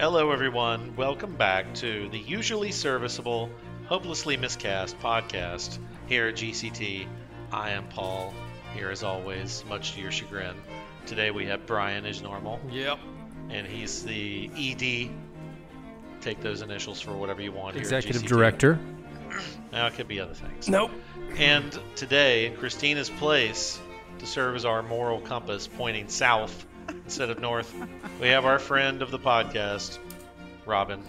Hello, everyone. Welcome back to the usually serviceable, hopelessly miscast podcast here at GCT. I am Paul, here as always, much to your chagrin. Today we have Brian as normal, Yep. and he's the ED. Take those initials for whatever you want. here at Executive GCT. Director. Now it could be other things. Nope. And today, Christina's place to serve as our moral compass pointing south instead of north, we have our friend of the podcast, Robin.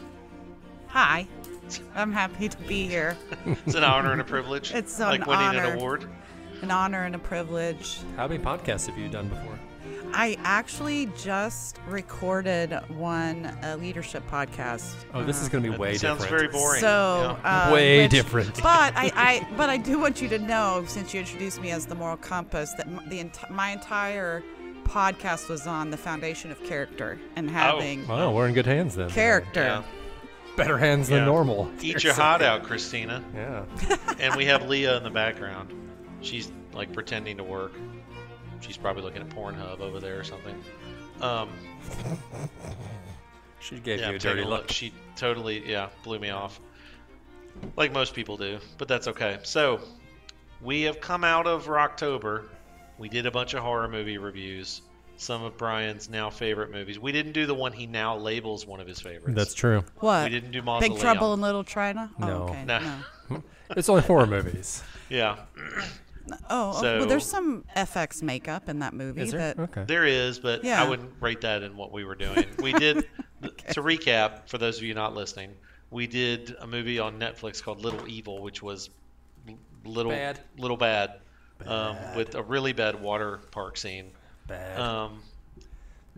Hi. I'm happy to be here. It's an honor and a privilege. It's so like an winning an honor. award. An honor and a privilege. How many podcasts have you done before? I actually just recorded one a leadership podcast. Oh, this is Um, going to be That way sounds very different. boring. So yeah. uh, Way which- different. But I, I but I do want you to know since you introduced me as the moral compass that m- the enti- my entire podcast was on the foundation of character and having Wow, we're in good hands then. character. Oh. Yeah. Better hands Yeah. than normal. Eat your heart out, Christina. Yeah. And we have Leah in the background. She's like pretending to work. She's probably looking at Pornhub over there or something. Um, She gave yeah, you I'm a taking dirty a look. She totally, yeah, blew me off. Like most people do, but that's okay. So, we have come out of Rocktober. We did a bunch of horror movie reviews. Some of Brian's now favorite movies. We didn't do the one he now labels one of his favorites. That's true. What? We didn't do Big Mausoleum. Trouble in Little China. No. Oh, okay. No. no. It's only horror movies. Yeah. Oh, oh, So- well, there's some FX makeup in that movie Is there? that Okay. There is, but I Yeah. wouldn't rate that in what we were doing. We did, to recap, for those of you not listening, we did a movie on Netflix called Little Evil, which was l- little Bad. little bad, Um, with a really bad water park scene. Bad. Um,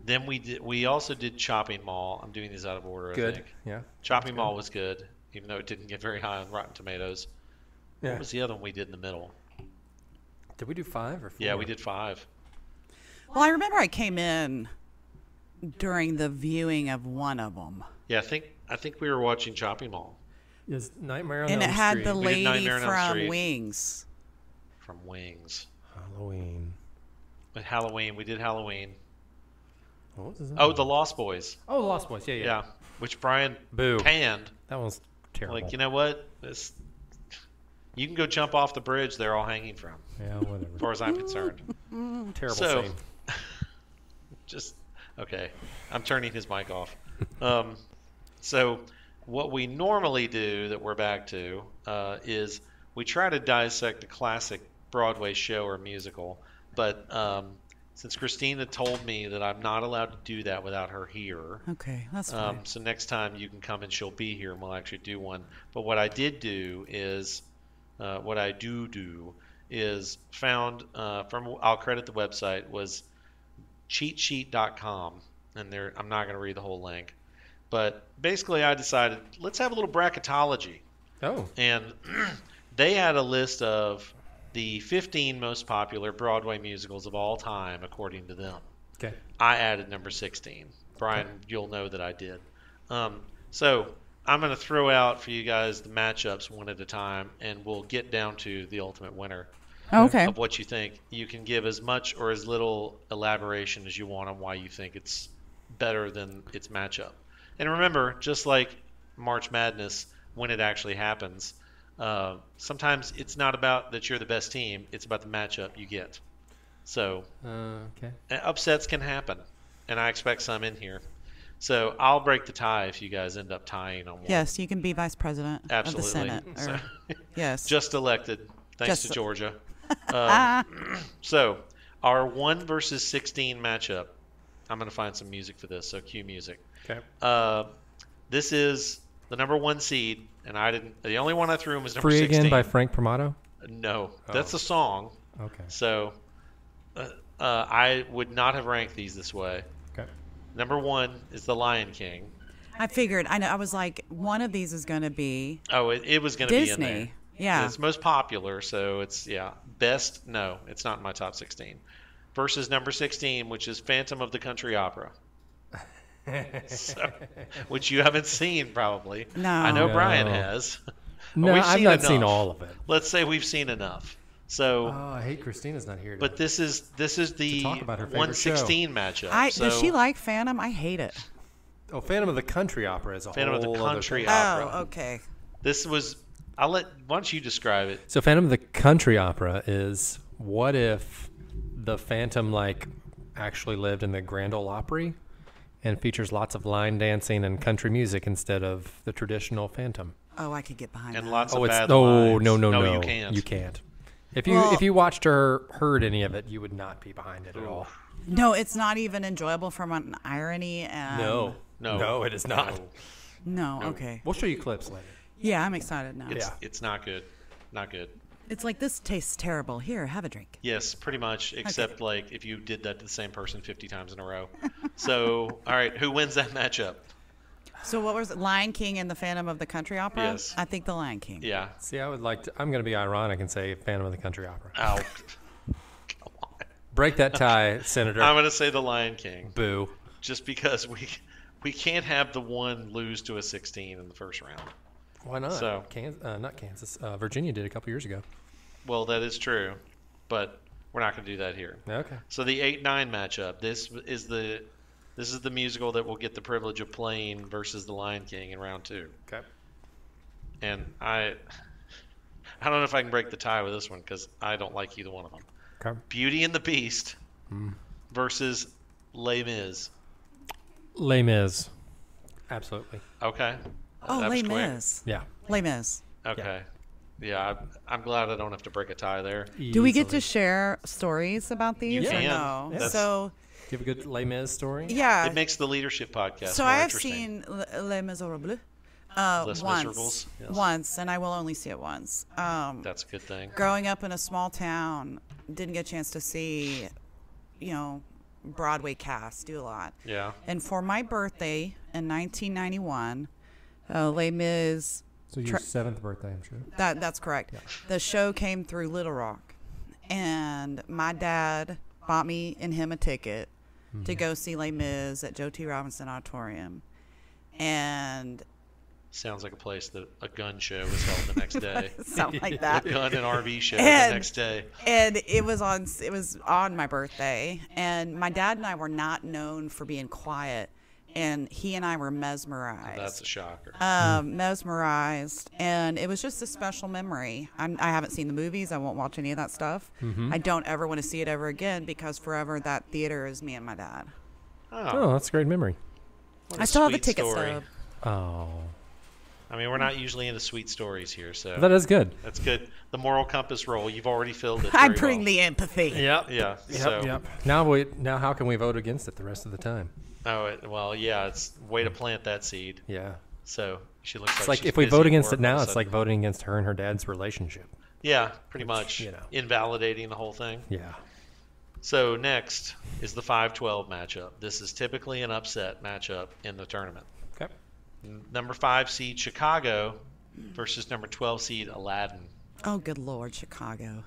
then we did, we also did Chopping Mall. I'm doing these out of order. I good. think. Yeah. Chopping Mall was good, even though it didn't get very high on Rotten Tomatoes. Yeah. What was the other one we did in the middle? Did we do five or four? Yeah, we did five. Well, I remember I came in during the viewing of one of them, Yeah, I think I think we were watching Chopping Mall Is Nightmare on and it Elm had Street. the did lady Nightmare on Elm from Street. Wings. from Wings. Halloween. But Halloween, we did Halloween. What was that? Oh, The Lost Boys. Oh, Lost Boys. Yeah, yeah. Yeah, which Brian Boo. panned. That one's terrible. Like, you know what? This, you can go jump off the bridge they're all hanging from, yeah, as whatever. far as I'm concerned. terrible so- scene. Just okay. I'm turning his mic off. Um, so, what we normally do that we're back to uh, is we try to dissect a classic Broadway show or musical, but um, since Christina told me that I'm not allowed to do that without her here, Okay, that's fine. Um, so next time you can come and she'll be here and we'll actually do one. But what I did do is, uh, what I do do is found uh, from I'll credit the website was cheatsheet.com, and there I'm not going to read the whole link, but basically I decided let's have a little bracketology, Oh, and they had a list of the 15 most popular Broadway musicals of all time according to them. okay. I added number 16. Brian, you'll know that I did. Um, so I'm going to throw out for you guys the matchups one at a time, and we'll get down to the ultimate winner Oh, okay. of what you think. You can give as much or as little elaboration as you want on why you think it's better than its matchup. And remember, just like March Madness, when it actually happens, uh, sometimes it's not about that you're the best team, it's about the matchup you get. So Uh, okay. uh, upsets can happen, and I expect some in here. So I'll break the tie if you guys end up tying on one. Yes, you can be vice president absolutely. of the Senate. Or, So, yes. just elected, thanks Just- e- to Georgia. Um, so our one versus sixteen matchup. I'm going to find some music for this. So cue music. Okay. Uh, this is the number one seed, and I didn't. The only one I threw in was number Free sixteen. Again by oh. Frank Promato. no, that's a song. Okay. So uh, uh, I would not have ranked these this way. Okay. Number one is The Lion King. I figured. I know. I was like, one of these is going to be Oh, it, it was going to be in there. Disney. Yeah. It's most popular, so it's, yeah. Best, no, it's not in my top 16. Versus number 16, which is Phantom of the Country Opera. so, which you haven't seen, probably. No. I know No. Brian has. But No, we've I've not seen enough. all of it. Let's say we've seen enough. So, Oh, I hate Christina's not here. but today. this is this is the talk about her favorite 116 matchup. I so does she like Phantom? I hate it. Oh, Phantom of the Country Opera is a Phantom of whole the other Country thing. Opera. Oh, okay. This was. I'll let. Why don't you describe it? So, Phantom of the Country Opera is what if the Phantom like actually lived in the Grand Ole Opry and features lots of line dancing and country music instead of the traditional Phantom. Oh, I could get behind And that. lots oh, of it's bad oh lines. no no no no you can't you can't. If you Well- if you watched or heard any of it, you would not be behind it at all. No, it's not even enjoyable from an irony. And No, No. no, it is not. No. No, okay. We'll show you clips later. Yeah, I'm excited now. It's, Yeah. it's not good. Not good. It's like this tastes terrible. Here, have a drink. Yes, pretty much, except like if you did that to the same person 50 times in a row. So, all right, who wins that matchup? So what was it? Lion King and the Phantom of the Country Opera? Yes. I think the Lion King. Yeah. See, I would like to. I'm going to be ironic and say Phantom of the Country Opera. Ow. Come on. Break that tie, Senator. I'm going to say the Lion King Boo. just because we we can't have the one lose to a 16 in the first round. Why not? So- Kansas, uh, not Kansas. Uh, Virginia did a couple years ago. Well, that is true, but we're not going to do that here. Okay. So the 8-9 matchup. This is the this is the musical that will get the privilege of playing versus the Lion King in round 2. Okay. and I I don't know if I can break the tie with this one because I don't like either one of them. Okay. Beauty and the Beast versus Les Mis. Les Mis. Absolutely. Okay. Oh, That was Les quick. Mis. Yeah. Les Mis. Okay. Yeah, I, I'm glad I don't have to break a tie there. Do we get to share stories about these? You or can. no? That's- So Do you have a good Les Mis story? yeah. It makes the leadership podcast. so more I have interesting. seen Le- Les Miserables uh, Les Miserables, once, yes. once, and I will only see it once. Um, That's a good thing. growing up in a small town, didn't get a chance to see, you know, Broadway cast do a lot. Yeah. And for my birthday in 1991, uh, Les Mis So your seventh birthday, I'm sure. That that's correct. The show came through Little Rock, and my dad bought me and him a ticket to go see Les Mis at Joe T. Robinson Auditorium, and Sounds like a place that a gun show is held the next day. something like that. gun and RV show And- the next day. And it was on it was on my birthday, and my dad and I were not known for being quiet, and he and I were mesmerized. That's a shocker. um, mesmerized, and it was just a special memory. I'm, I haven't seen the movies. I won't watch any of that stuff. Mm-hmm. I don't ever want to see it ever again because forever that theater is me and my dad. Oh, Oh, that's a great memory. what I still have a sweet ticket story. stub. Oh, I mean, we're not usually into sweet stories here, so that is good. That's good. The moral compass role, you've already filled it. I very bring well. the empathy. Yep. Yeah. so, Now we. Now how can we vote against it the rest of the time? Oh, it, well, yeah. It's way to plant that seed. Yeah. So she looks It's like like she's if we busy vote at against work it all now, of a it's like sudden. voting against her and her dad's relationship. yeah, pretty much. you know. Invalidating the whole thing. Yeah. So next is the 5-12 matchup. This is typically an upset matchup in the tournament. Okay. Number five seed Chicago versus number 12 seed Aladdin. Oh, good lord, Chicago.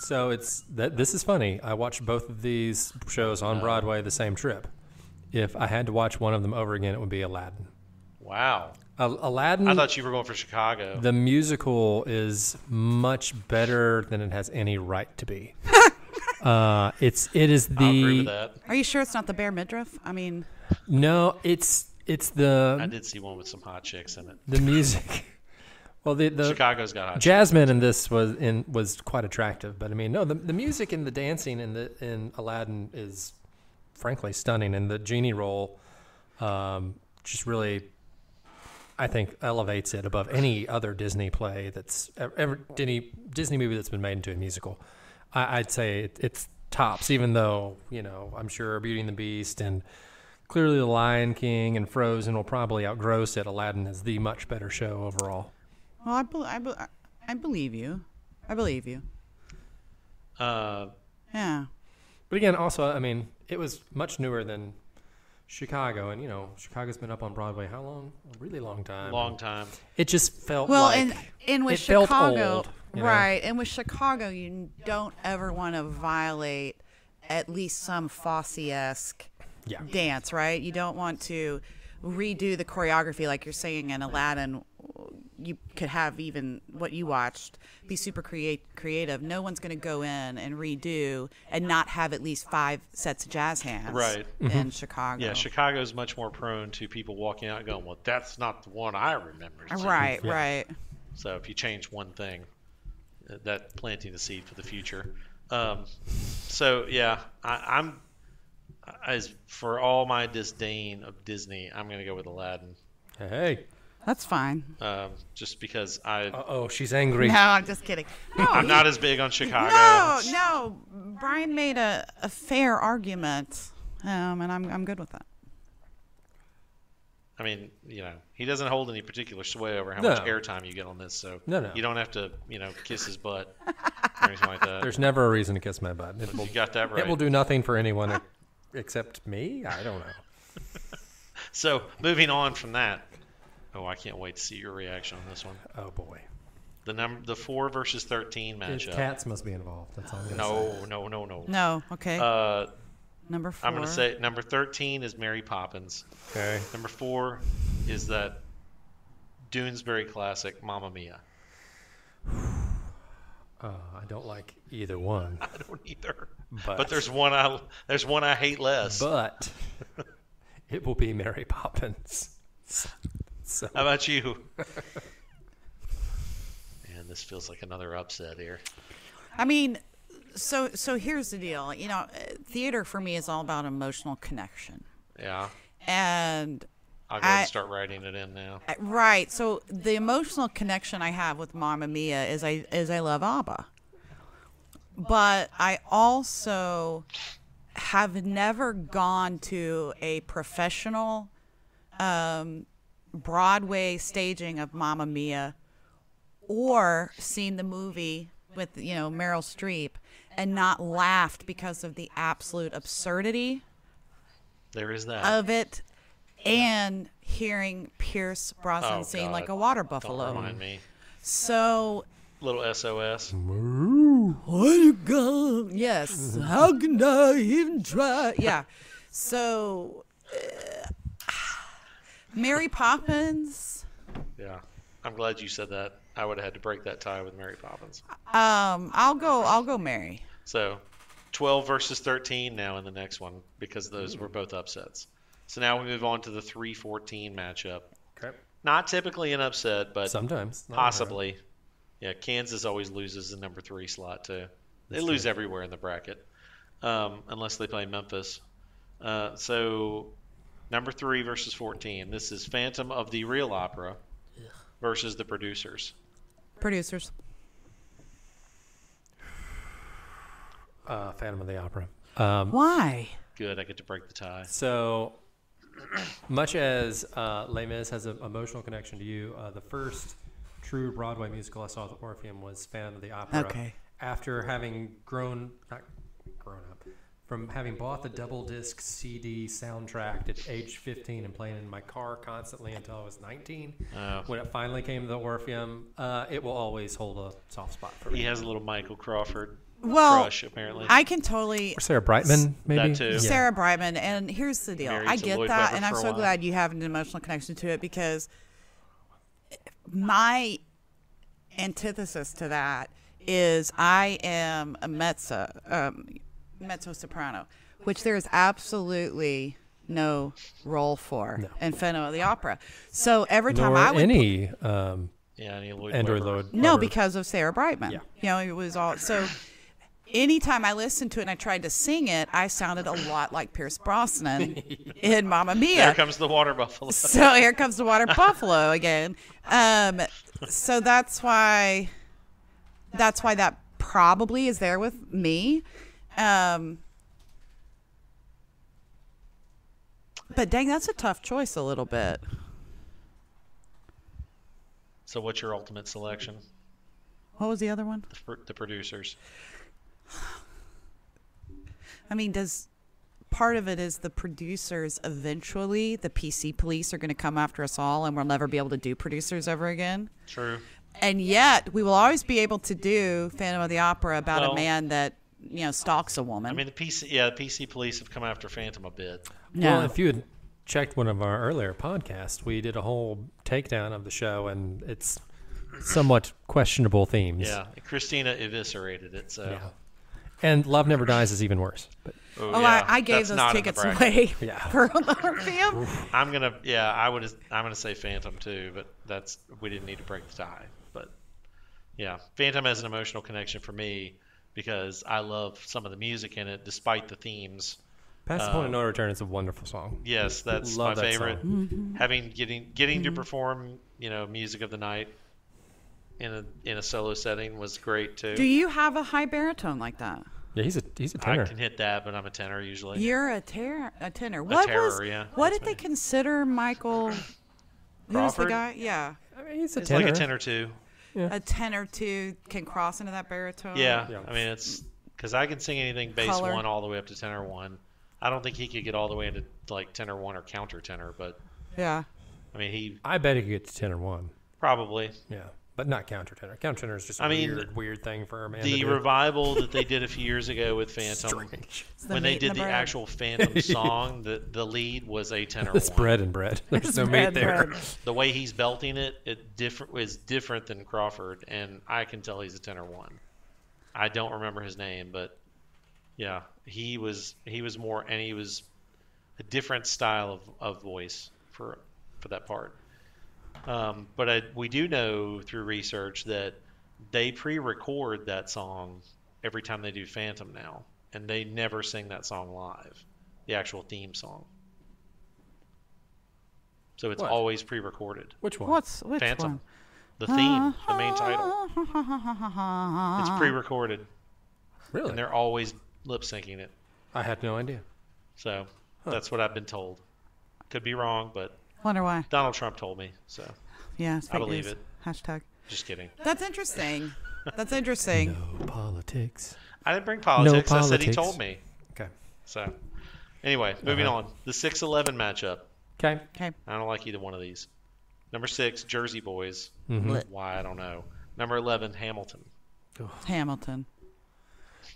So it's that this is funny. I watched both of these shows Oh. on Broadway the same trip. If I had to watch one of them over again, it would be Aladdin. Wow. Al- Aladdin, Mm. I thought you were going for Chicago. the musical is much better than it has any right to be. uh, it's it is I agree with the that. Are you sure it's not the bare midriff? I mean, no, it's it's I the did see one with some hot chicks in it. the music. Well, the the Chicago's got hot Jasmine in this was in was quite attractive, but I mean, no, the, the music and the dancing in the in Aladdin is frankly stunning, and the genie role um, just really, I think, elevates it above any other Disney play that's ever, ever any Disney movie that's been made into a musical. I, I'd say it, it's tops, even though you know I'm sure Beauty and the Beast and clearly The Lion King and Frozen will probably outgross it. Aladdin is the much better show overall. well, I, bel I, bel I believe you. I believe you. chicks. Uh, Yeah. But again, also, I mean, it was much newer than Chicago, and you know, Chicago's been up on Broadway how long? A really long time. long time. It just felt Well, like and and with it felt Chicago, old, you know? right? And with Chicago, you don't ever want to violate at least some Fosse-esque Yeah. dance, right? You don't want to redo the choreography like you're saying in Aladdin. you could have even what you watched be super create creative. No one's going to go in and redo and not have at least five sets of jazz hands. Right. Mm-hmm. In Chicago. Yeah, Chicago's much more prone to people walking out going, "Well, that's not the one I remember." seeing." Right. Yeah. Right. So if you change one thing, uh, that planting the seed for the future. Um, so yeah, I, I'm as for all my disdain of Disney, I'm gonna go with Aladdin, Hey. That's fine. um, just because I Uh oh, she's angry. No, I'm just kidding. No, I'm not as big on Chicago. No, no. Brian made a, a fair argument, um, and I'm I'm good with that. I mean, you know, he doesn't hold any particular sway over how No. much airtime you get on this, so No, no. you don't have to, you know, kiss his butt or anything like that. There's never a reason to kiss my butt. It will, you got that right. it will do nothing for anyone e- except me. I don't know. So moving on from that, oh, I can't wait to see your reaction on this one. Oh boy. The number, the four versus thirteen There's matchup. Cats must be involved. That's all I'm gonna say. no, no, no, no. No. Okay. Uh, Number 4 I'm going to say number thirteen is Mary Poppins. Okay. Number four is that Doonesbury classic, Mamma Mia. Uh, I don't like either one. I don't either, But- but, there's one I there's one I hate less. But it will be Mary Poppins. So How about you? Man, this feels like another upset here. I mean, so so here's the deal. You know, theater for me is all about emotional connection, Yeah, and I'll go ahead I- and start writing it in now. right. So the emotional connection I have with Mamma Mia is I is I love ABBA, but I also have never gone to a professional um, Broadway staging of Mamma Mia or seen the movie with you know Meryl Streep and not laughed because of the absolute absurdity There is that. of it and hearing Pierce Brosnan Oh, sing God. like a water Don't buffalo. remind me. So Little SOS. Oh God! Yes. How can I even try? Yeah. So, uh, Mary Poppins. Yeah, I'm glad you said that. I would have had to break that tie with Mary Poppins. Um, I'll go. I'll go Mary. So, 12 versus 13 now in the next one because those were both upsets. So now we move on to the 3-14 matchup. okay. Not typically an upset, but sometimes Oh, not possibly. Yeah, Kansas always loses the number three slot too. They lose everywhere in the bracket, um, unless they play Memphis. Uh, so, number three versus 14. This is Phantom of the Real Opera versus the producers. Producers. Uh, Phantom of the Opera. Um, Why? Good, I get to break the tie. so much as uh, Les Mis has an emotional connection to you, uh, the first true Broadway musical I saw at the Orpheum was Phantom of the Opera. Okay. After having grown, not grown up, from having bought the double disc CD soundtrack at age 15 and playing in my car constantly until I was 19, Oh. when it finally came to the Orpheum, uh, it will always hold a soft spot for me. He has a little Michael Crawford Well, crush, apparently. I can totally. Sarah Brightman, maybe. too. Yeah. Sarah Brightman, and here's the deal. Married I to get Lloyd that, Webber and I'm for a so while. glad you have an emotional connection to it because my antithesis to that is I am a mezzo, um, mezzo soprano, which there is absolutely no role for in Phantom of the Opera. So every time Nor I would any um, yeah, I need Lloyd Android Webber. load. no, loader. because of Sarah Brightman. Yeah. You know, it was all so. Anytime I listened to it and I tried to sing it, I sounded a lot like Pierce Brosnan in Mamma There Mia. comes the water buffalo. so here comes the water buffalo again. Um, so that's why, that's why that probably is there with me. Um, but dang, that's a tough choice a little bit. So, what's your ultimate selection? What was the other one? The, fr- the producers. I mean, does part of it is the producers eventually the PC police are going to come after us all and we'll never be able to do producers ever again? True. And yet, we will always be able to do Phantom of the Opera about a Well- man that, you know, stalks a woman. I mean, the PC, yeah, the PC police have come after Phantom a bit. no. Well, if you had checked one of our earlier podcasts, we did a whole takedown of the show, and it's somewhat questionable themes. Yeah, Christina eviscerated it. So, Yeah. And Love Never Dies is even worse. But Oh, yeah, I, I that's gave those not in the tickets bracket. away Yeah. for on the RPM. I'm gonna, yeah, I would, I'm gonna say Phantom too, but that's we didn't need to break the tie. But yeah, Phantom has an emotional connection for me because I love some of the music in it, despite the themes. Past Point of Um, No Return is a wonderful song. Yes, that's Love my that favorite. Mm-hmm. Having getting getting to perform, you know, music of the night in a in a solo setting was great too. Do you have a high baritone like that? Yeah, he's a he's a I tenor. can hit that, but I'm a tenor usually. You're a, ter- a tenor. What was? terror, yeah, What that's did they me. consider Michael? Who's the Crawford? guy? Yeah, I mean, he's a it's tenor. like a tenor too. a tenor too can cross into that baritone. Yeah, Yeah. I mean it's because I can sing anything bass Color. one all the way up to tenor one. I don't think he could get all the way into like tenor one or counter tenor, but yeah. I mean he I bet he could get to tenor one. probably Yeah, but not counter tenor. Counter tenor is just a I mean, weird, weird thing for a man. to the do. revival that they did a few years ago with Phantom Strange. It's when they meat and did the, bread. actual Phantom song, the the lead was a tenor It's one. bread and bread. There's no meat bread, there. bread. The way he's belting it, it different is different than Crawford, and I can tell he's a tenor one. I don't remember his name, but yeah, he was he was more and he was a different style of, of voice for for that part. Um, but I, we do know through research that they pre-record that song every time they do Phantom now, and they never sing that song live, the actual theme song. So it's What? always pre-recorded. Which one? What's which Phantom, one? the theme, the main title. It's Ah. pre-recorded, really? and they're always lip syncing it. I had no idea. So that's what I've been told. Could be wrong, but Wonder why? Donald Trump told me. So Yeah, it's I fake believe news. it. Hashtag. just kidding. That's interesting. That's interesting. No politics. I didn't bring politics. Uh-huh. I said he politics. told me. Okay. So anyway, moving on. The six eleven matchup. Okay. Okay. I don't like either one of these. Number six, Jersey Boys. Why I don't know. Number eleven, Hamilton. Hamilton.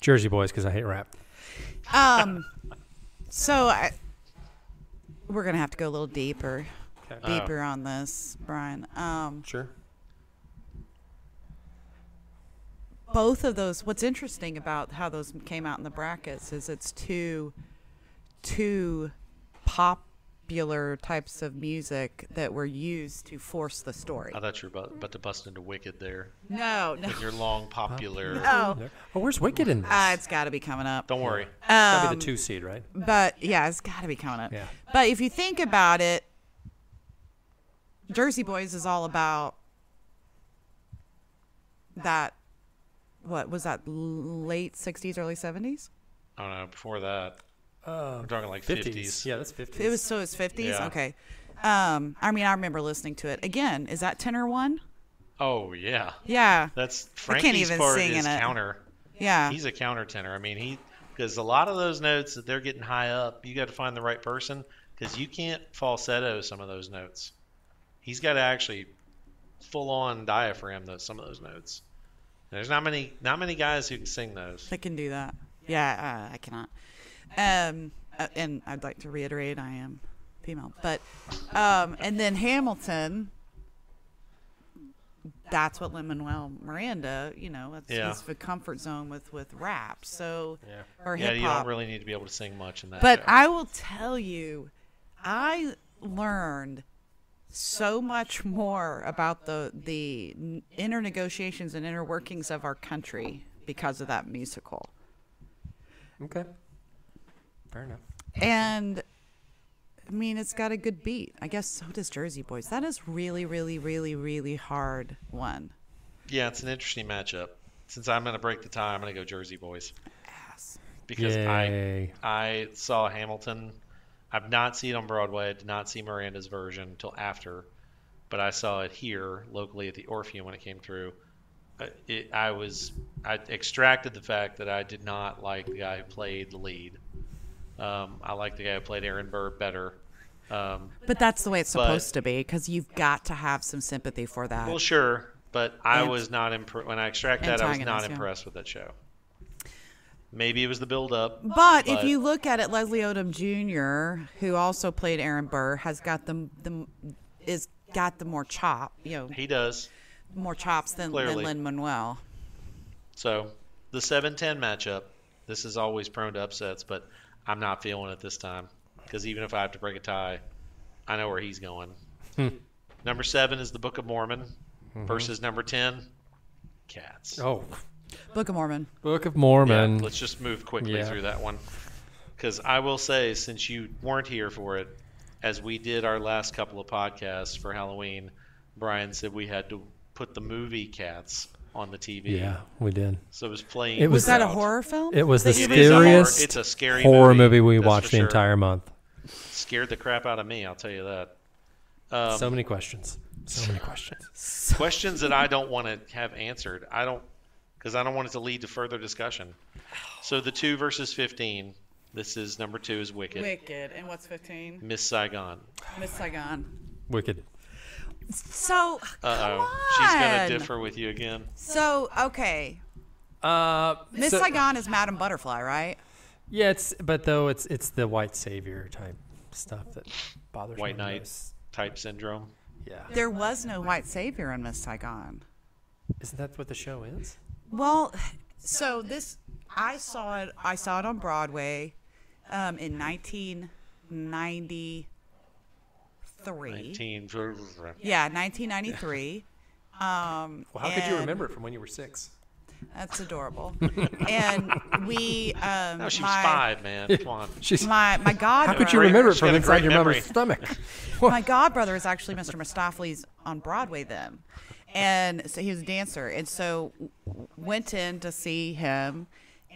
Jersey Boys, because I hate rap. Um. so I, we're gonna have to go a little deeper, Okay. deeper Oh. on this, Brian. Um. Sure. both of those what's interesting about how those came out in the brackets is it's two two popular types of music that were used to force the story I thought you were about, about to bust into Wicked there. no no With your long popular. no Oh, where's Wicked in this? uh, it's got to be coming up Don't worry. That'd be the two seed, right? but yeah it's got to be coming up Yeah. but if you think about it jersey boys is all about that what was that l- late 60s early 70s I don't know. Before that, I'm talking like Uh, fifties. Yeah, that's fifties. It was so it's fifties. Yeah. Okay. Um, I mean, I remember listening to it again. Is that tenor one? Oh yeah. Yeah, That's I can't Frankie's even part sing is in it. counter. yeah, He's a counter tenor. I mean, he because a lot of those notes that they're getting high up, you got to find the right person because you can't falsetto some of those notes. He's got to actually full on diaphragm those some of those notes. There's not many not many guys who can sing those. I can do that. Yeah, uh, I cannot. Um, uh, and I'd like to reiterate, I am female. But um, and then Hamilton. That's what Lin Manuel Miranda, you know, that's Yeah. his comfort zone with with rap. So Yeah. or Yeah, hip you don't hop. really need to be able to sing much in that. But show. I will tell you, I learned so much more about the the n- inner negotiations and inner workings of our country because of that musical. okay. Fair enough. And I mean, it's got a good beat. I guess so does Jersey Boys. That is really, really, really, really hard one. yeah, it's an interesting matchup. Since I'm gonna break the tie, I'm gonna go Jersey Boys because I Yay. I saw Hamilton. I've not seen it on Broadway. I did not see Miranda's version until after, but I saw it here locally at the Orpheum when it came through. I- It, I was I extracted the fact that I did not like the guy who played the lead. Um, I like the guy who played Aaron Burr better. Um, But that's the way it's supposed to be because you've got to have some sympathy for that. well, sure, but I Ant- was not impressed when I extract that. I was not Antagonist, yeah. impressed with that show. Maybe it was the build up. But if But- you look at it, Leslie Odom Jr., who also played Aaron Burr, has got the the is got the more chop, you know. He does. more chops than, than Clearly. Lin Manuel. So the 7 10 matchup, this is always prone to upsets, but I'm not feeling it this time because even if I have to break a tie, I know where he's going. Hmm. number seven is the Book of Mormon versus number 10, Cats. Mm-hmm. Oh, Book of Mormon. Book of Yeah, Mormon. let's just move quickly Yeah. through that one. Because I will say, since you weren't here for it, as we did our last couple of podcasts for Halloween, Brian said we had to put the movie Cats on the TV. yeah, we did. So it was playing. It Was was that a out. horror film? It was the That you It is a horror- scariest it's a scary horror movie, movie, we that's for watched the sure. entire month. Scared the crap out of me, I'll tell you that. Um, so many questions. So many questions. questions that I don't want to have answered. I don't, because I don't want it to lead to further discussion. So the two versus 15. This is number two is Wicked. Wicked. And what's 15? Miss Saigon. Miss Saigon. Wicked. So, Uh come on. oh. She's going to differ with you again. So, okay. Uh, Miss so- Saigon is Madame Butterfly, right? Yeah, it's but though it's it's the white savior type stuff that bothers White me. the knight most. type syndrome. Yeah, There was no white savior in Miss Saigon. isn't that what the show is? Well, so this I saw it. I saw it on Broadway um, in 1993. 19. Yeah, 1993. Um, Well, how could you and- remember it from when you were six? That's adorable. and we, um, No, she was my, five, man. Come on. She's. my my god. how could you Great- remember it she's from got a inside great your mother's memory. stomach? my godbrother is actually Mr. Mistopheles on Broadway then. And so he was a dancer. And so w- went in to see him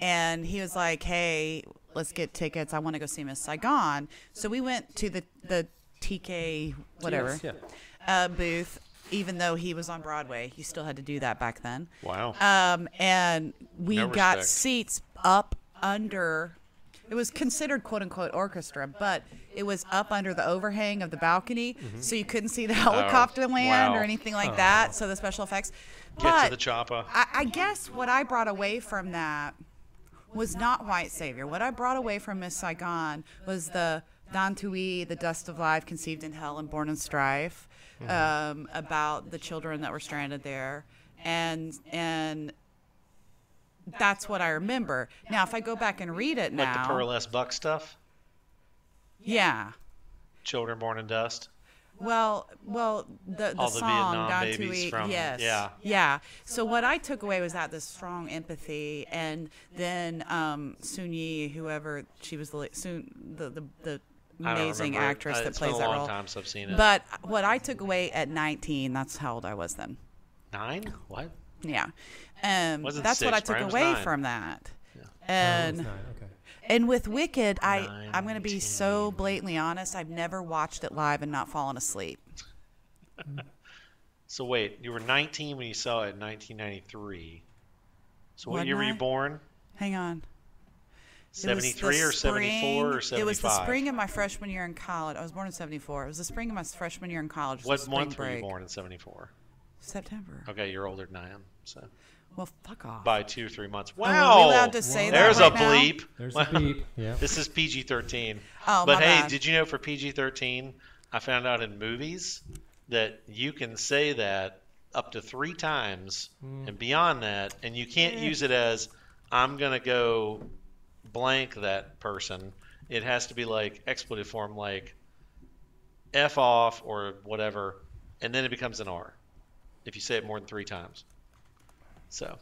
and he was like, Hey, let's get tickets. I want to go see Miss Saigon. So we went to the, the TK whatever yeah. uh, booth, even though he was on Broadway. You still had to do that back then. Wow. Um, and we No got respect. seats up under. It was considered quote unquote orchestra, but it was up under the overhang of the balcony, so you couldn't see the helicopter land Mm-hmm. Oh, wow. or anything like that. So the special effects. Get to but the chopper. I, I guess what I brought away from that was not white savior. What I brought away from Miss Saigon was the Dantui, the dust of life, conceived in hell and born in strife, um, about the children that were stranded there, and and that's what I remember. Now, if I go back and read it Like the now, Pearl S. Buck stuff. yeah. Children Born in Dust. Well, well, the, the, All the song Vietnam "Don babies Tui," from- yes, yeah. yeah. So what I took away was that this strong empathy, and then um, Sun Yi, whoever she was, the la- Sun, the the, the I don't amazing remember it. actress Uh, that it's plays been a that long role. time since I've seen it. But what I took away at 19, that's how old I was then. Nine? What? Yeah, um, Wasn't that's what I six, took Brian was away nine. from that. It's And not, okay. and with Wicked, I I'm going to be 19. so blatantly honest. I've never watched it live and not fallen asleep. So wait, you were 19 when you saw it in 1993. So what Wasn't year were I? you born? Hang on. It was the 73 or 74 or spring- 75? It was the spring of my freshman year in college. I was born in 74. It was the spring of my freshman year in college. It was the What spring month were break. you born in 74? September. Okay, you're older than I am. So Well, fuck off. by two, three months. Wow. Oh, we allowed to say that There's right a now? bleep. There's Wow. the beep. Yeah. This is PG 13. Oh, but my hey, bad. did you know for PG 13, I found out in movies that you can say that up to three times and beyond that, and you can't use it as, I'm going to go blank that person. It has to be like expletive form, like F off or whatever, and then it becomes an R if you say it more than three times. So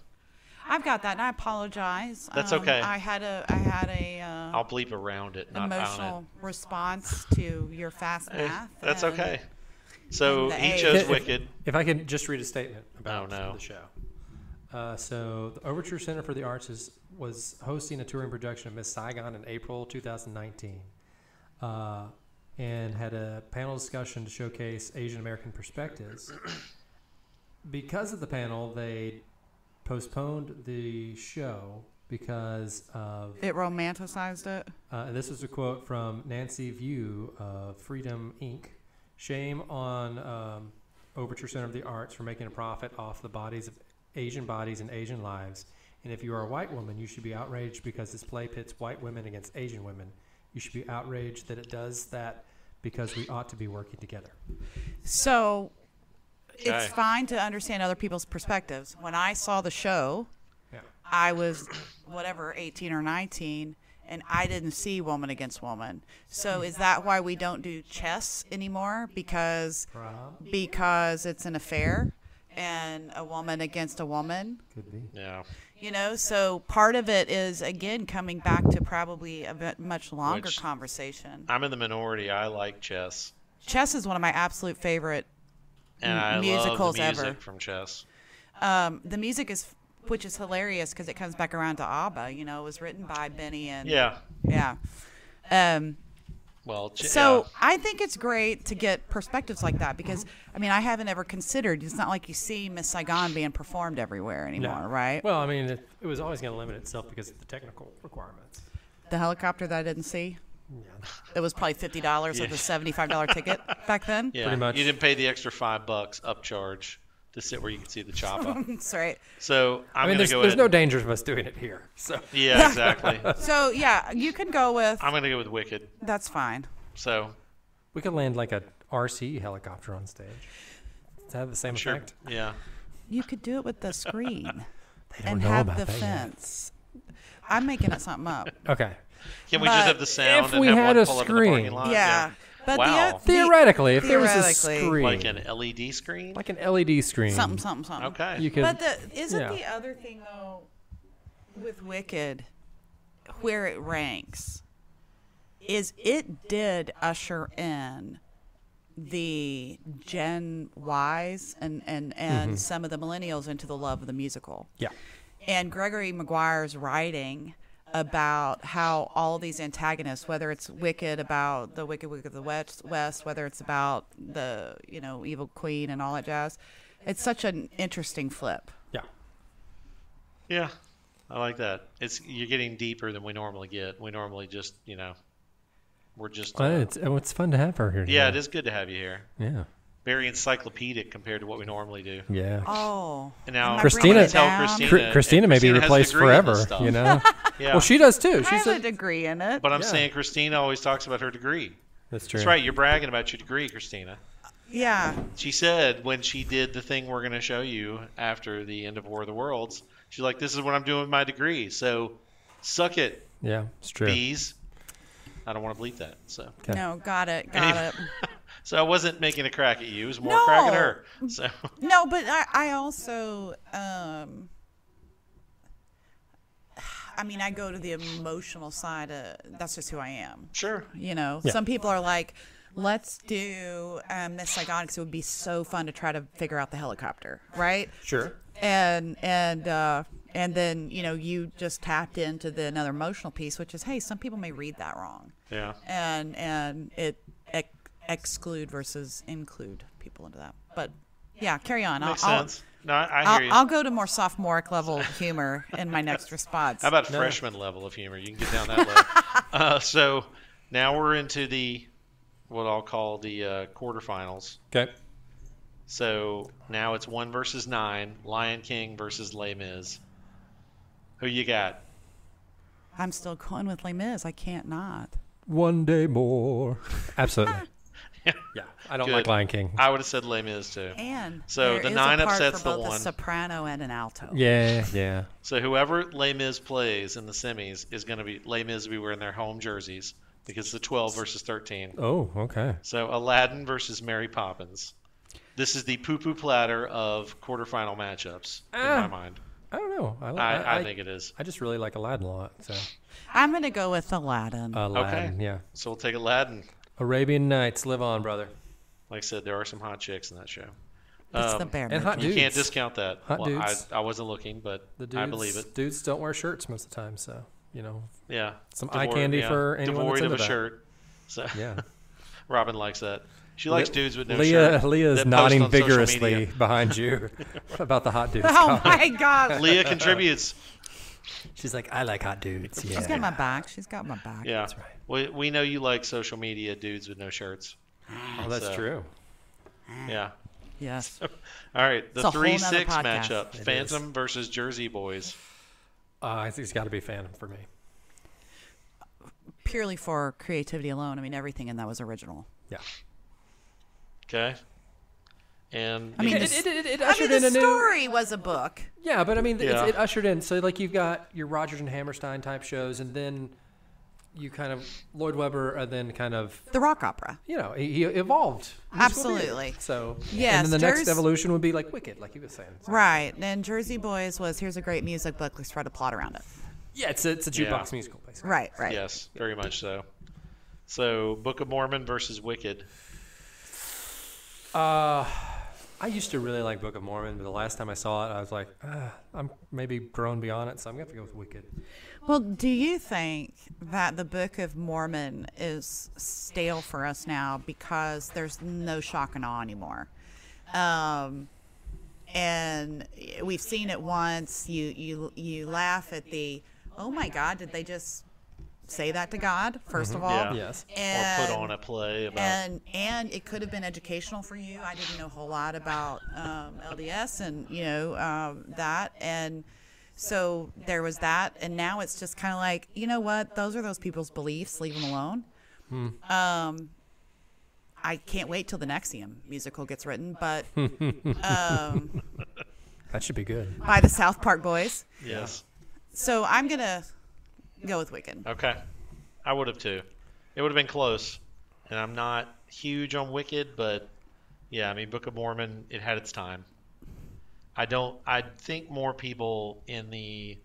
I've got that, and I apologize. That's Um, okay. I had a I had a uh, I'll bleep around it, not on it. emotional response to your fast Eh, math. That's and- okay. So and the he A. chose If- Wicked. If I can just read a statement about Oh, no. the show. Uh, so, the Overture Center for the Arts is, was hosting a touring production of Miss Saigon in April 2019 uh, and had a panel discussion to showcase Asian American perspectives. because of the panel, they postponed the show because of It romanticized it. uh, and this is a quote from Nancy View of Freedom Inc. Shame on um, Overture Center of the Arts for making a profit off the bodies of Asian bodies and Asian lives. And if you are a white woman, you should be outraged because this play pits white women against Asian women. You should be outraged that it does that because we ought to be working together. So Okay. it's fine to understand other people's perspectives. When I saw the show, Yeah. I was whatever 18 or 19 and I didn't see woman against woman. So is that why we don't do chess anymore because because it's an affair and a woman against a woman? Could be. Yeah. You know, so part of it is again coming back to probably a bit much longer Which- conversation. I'm in the minority. I like chess, Chess is one of my absolute favorite and M- I love musicals the music ever. from chess. um, the music is which is hilarious because it comes back around to ABBA. You know, it was written by Benny and Yeah. yeah. Um, Well, ch- so yeah. I think it's great to get perspectives like that because I mean I haven't ever considered. It's not like you see Miss Saigon being performed everywhere anymore, right? Well, I mean, it, it was always going to limit itself because of the technical requirements. the helicopter that I didn't see. It was probably fifty dollars of the seventy-five dollar ticket back then. yeah, pretty much. you didn't pay the extra five bucks upcharge to sit where you could see the chopper. That's right. so I'm I mean, gonna there's, go. there's no ahead- danger of us doing it here. So Yeah, exactly. So yeah, you can go with. I'm gonna go with Wicked. That's fine. So we could land like a RC helicopter on stage. Does that have the same sure. effect? Yeah. You could do it with the screen. They and have the fence. I'm making it something up. Okay. Can we just But have the sound if and we have had one a pull up in the screen- parking lot? yeah. But Uh, Wow. the, Theoretically, if there was a Theoretically. screen, Like an LED screen. like an LED screen, something, something, something. okay. you could. But the isn't yeah. the other thing though with Wicked where it ranks is it did usher in the Gen Ys and and and some of the millennials into the love of the musical. yeah, and Gregory Maguire's writing about how all these antagonists, whether it's Wicked about the Wicked Wicked of the West, West, whether it's about the you know Evil Queen and all that jazz, it's such an interesting flip. yeah, Yeah, I like that. It's you're getting deeper than we normally get. We normally just you know, we're just well, it's oh, it's fun to have her here. yeah. It today. is good to have you here. Yeah, Very encyclopedic compared to what we normally do. yeah. Oh, And now Am I Christina- I'm gonna tell down? Christina, Cr- Christina may be Christina has a replaced degree in this forever. stuff. You know. Yeah. Well, she does too. I She's have a a, degree in it. But I'm yeah. saying Christina always talks about her degree. that's true. That's right. You're bragging about your degree, Christina. Yeah, She said when she did the thing we're going to show you after the end of War of the Worlds, she's like, "This is what I'm doing with my degree." So, suck it, Yeah, it's true. bees. I don't want to bleep that. So. Okay. no, got it, got it. So I wasn't making a crack at you. It was more No. a crack at her. So No, but I, I also, um, I mean, I go to the emotional side. Of, that's just who I am. sure. You know, some people are like, let's do um, Miss Saigon because it would be so fun to try to figure out the helicopter, right? Sure. And and uh, and then you know you just tapped into the another emotional piece, which is hey, some people may read that wrong, Yeah. and and it ex- exclude versus include people into that. But yeah, carry on. I'll- Makes I'll, sense. No, I, I hear you. I'll, I'll go to more sophomoric level humor in my next response. How about freshman level of humor? You can get down that low. uh, so now we're into the what I'll call the uh, quarterfinals. Okay. So now it's one versus nine. Lion King versus Les Mis. Who you got? I'm still going with Les Mis. I can't not. One day more. Absolutely. yeah, I don't like Good. Lion King. I would have said Les Mis too. And So there the is nine a part upsets for the both a one. soprano and an alto. Yeah, yeah. So whoever Les Mis plays in the semis is going to be Les Mis will be wearing their home jerseys because the 12 versus 13. Oh, okay. So Aladdin versus Mary Poppins. This is the poo-poo platter of quarterfinal matchups in my mind. I don't know. I, li- I, Ah. I, I, think it is. I just really like Aladdin a lot. So I'm going to go with Um, Aladdin. Aladdin, yeah. So we'll take Aladdin. Arabian Nights, live on, brother. Like I said, there are some hot chicks in that show. it's um, the bear. And hot Monkey. You dudes. can't discount that. Hot well, I, dudes. I wasn't looking, but the dudes, I believe it. Dudes don't wear shirts most of the time, so you know. Yeah. Some eye candy for anyone Devoid that's of into a that. shirt. So Yeah. Robin likes that. She likes dudes with no Leah, shirt. Leah's that post nodding on social vigorously media. behind you about the hot dudes. Oh comment. my God. Leah contributes. She's like, I like hot dudes. Yeah. She's got my back. She's got my back. Yeah. right. We, we know you like social media dudes with no shirts. Oh, that's So- true. Mm. Yeah. Yes. All right, the It's a whole three nother six podcast. matchup: is. Phantom versus Jersey Boys. Uh, I think it's got to be Phantom for me. Purely for creativity alone. I mean, everything in that was original. Yeah. Okay, and I mean, It, the s- it, it, it I mean, ushered the in a new. story was a book. Yeah, but I mean, it's- Yeah. it ushered in. So like you've got your Rogers and Hammerstein type shows, and then you kind of Lloyd Webber, and then kind of The rock opera. you know he, he evolved. He was cool dude. Absolutely. So Yes, and then the next Jersey- evolution would be like Wicked, like you were saying. So- Right. Then Jersey Boys was here's a great music book. Let's try to plot around it. Yeah, it's a, it's a jukebox Yeah. musical, basically. Right. Right. yes, very much so. So, Book of Mormon versus Wicked. Uh, I used to really like Book of Mormon, but the last time I saw it, I was like, ah, I'm maybe grown beyond it, so I'm gonna have to go with Wicked. Well, do you think that the Book of Mormon is stale for us now because there's no shock and awe anymore? Um, and we've seen it once. You you you laugh at the oh my God! Did they just say that to God? First of all, Mm-hmm. Yeah. Yes. or and, put on a play about. and and it could have been educational for you. I didn't know a whole lot about um, LDS and you know um, that, and so there was that. And now it's just kind of like you know what? Those are those people's beliefs. Leave them alone. Um, I can't wait till the Nexium musical gets written, but um, That should be good. by the South Park Boys. yes. So I'm gonna go with Wiccan. Okay. I would have too. It would have been close. And I'm not huge on Wicked, but yeah, I mean Book of Mormon, it had its time. I don't I think more people in the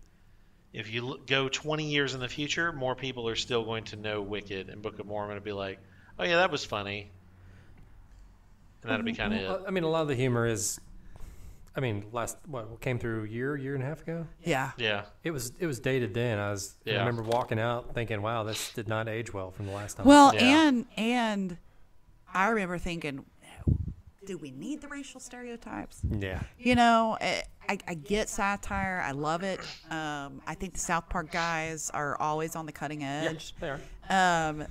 if you look, go 20 years in the future, more people are still going to know Wicked and Book of Mormon and be like, "Oh yeah, that was funny." And that'll be kind of Well, I mean, a lot of the humor is, I mean, last what came through a year, year and a half ago. Yeah. it. Yeah. It was it was dated then. I was I Yeah. remember walking out thinking, wow, this did not age well from the last time. Well, Yeah. and and I remember thinking, do we need the racial stereotypes? yeah, You know, I, I I get satire. I love it. Um, I think the South Park guys are always on the cutting edge. they are. Um,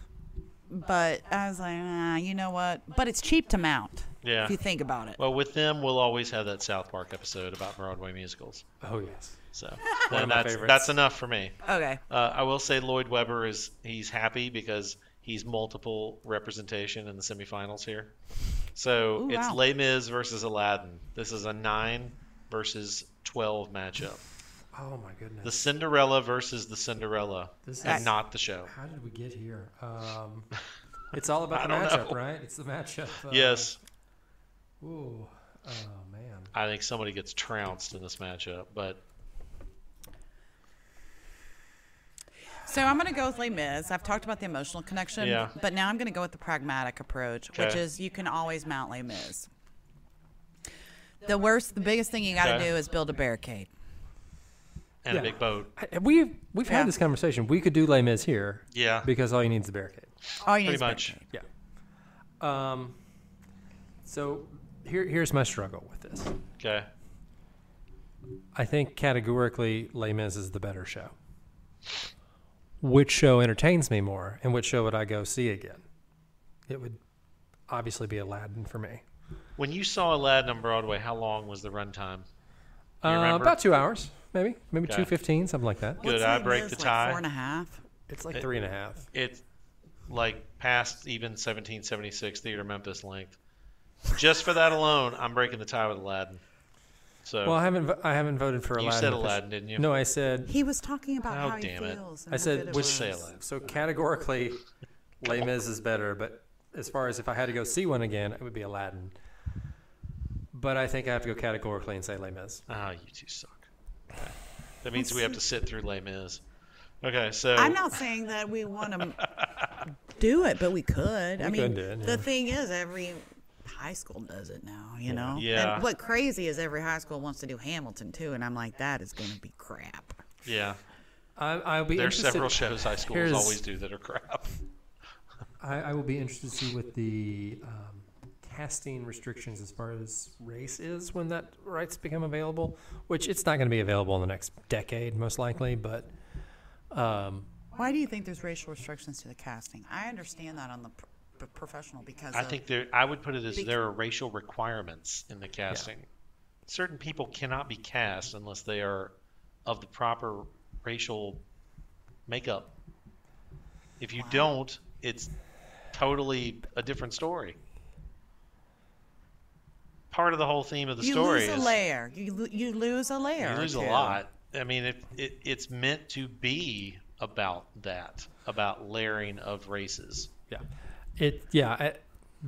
but I was like, ah, you know what? But it's cheap to mount. Yeah. If you think about it. Well, with them, we'll always have that South Park episode about Broadway musicals. Oh yes, So, One of my that's favorites. that's enough for me. okay. Uh, I will say Lloyd Webber is he's happy because he's multiple representation in the semifinals here. So Ooh, it's wow. Les Mis versus Aladdin. This is a nine versus twelve matchup. Oh my The goodness, Cinderella versus the Cinderella, This and is- not the show. how did we get here? Um, it's all about the I don't matchup, know. right? It's the matchup. Uh, Yes, Ooh, oh man. I think somebody gets trounced in this matchup, but So I'm going to go with Les Mis. I've talked about the emotional connection, Yeah. but now I'm going to go with the pragmatic approach, which Okay. is you can always mount Les Mis. The worst, the biggest thing you got to Okay. do is build a barricade. and Yeah. a big boat. I- We've we've Yeah. had this conversation. We could do Les Mis here. Yeah. Because all you need is a barricade. All you need Pretty is a much. barricade. Yeah. Um. So here here's my struggle with this. Okay. I think categorically Les Mis is the better show. Which show entertains me more, and which show would I go see again? It would obviously be Aladdin for me. When you saw Aladdin on Broadway, how long was the runtime? You Uh, remember? about two hours, maybe, maybe Okay. two fifteen, something like that. Good, What's I Les break Mis, the like tie. Four and a half. It's like three and a half. it's like past even 1776 Theater Memphis length. Just for that alone, I'm breaking the tie with Aladdin. So Well, I haven't, vo- I haven't voted for You Aladdin. said because- Aladdin, didn't you? No, I said, He was talking about Oh, how he damn it. feels. and I how said good it which- was. Say Aladdin. so categorically, Les Mis is better. But as far as if I had to go see one again, it would be Aladdin. But I think I have to go categorically and say Les Mis. ah, you two suck. Okay. That means we have to sit through Les Mis. Okay, so I'm not saying that we want to do it, but we could. I We mean, could do it, yeah. the thing is, every high school does it now, you know? Yeah. And what crazy is every high school wants to do Hamilton, too. And I'm like, that is going to be crap. yeah, I, I'll be there are interested. several shows high schools Here's- always do that are crap. I, I will be interested to see what the um, casting restrictions as far as race is when that rights become available. Which it's not going to be available in the next decade, most likely. But um, Why do you think there's racial restrictions to the casting? I understand that on the pr- p- professional because I of- think there. I would put it as Big- there are racial requirements in the casting. Certain people cannot be cast unless they are of the proper racial makeup. If you don't, it's totally a different story. part of the whole theme of the you story. lose a is- layer. You lo- you lose a layer. You or lose a two. lot. I mean, it, it it's meant to be about that, about layering of races. Yeah. It yeah, I,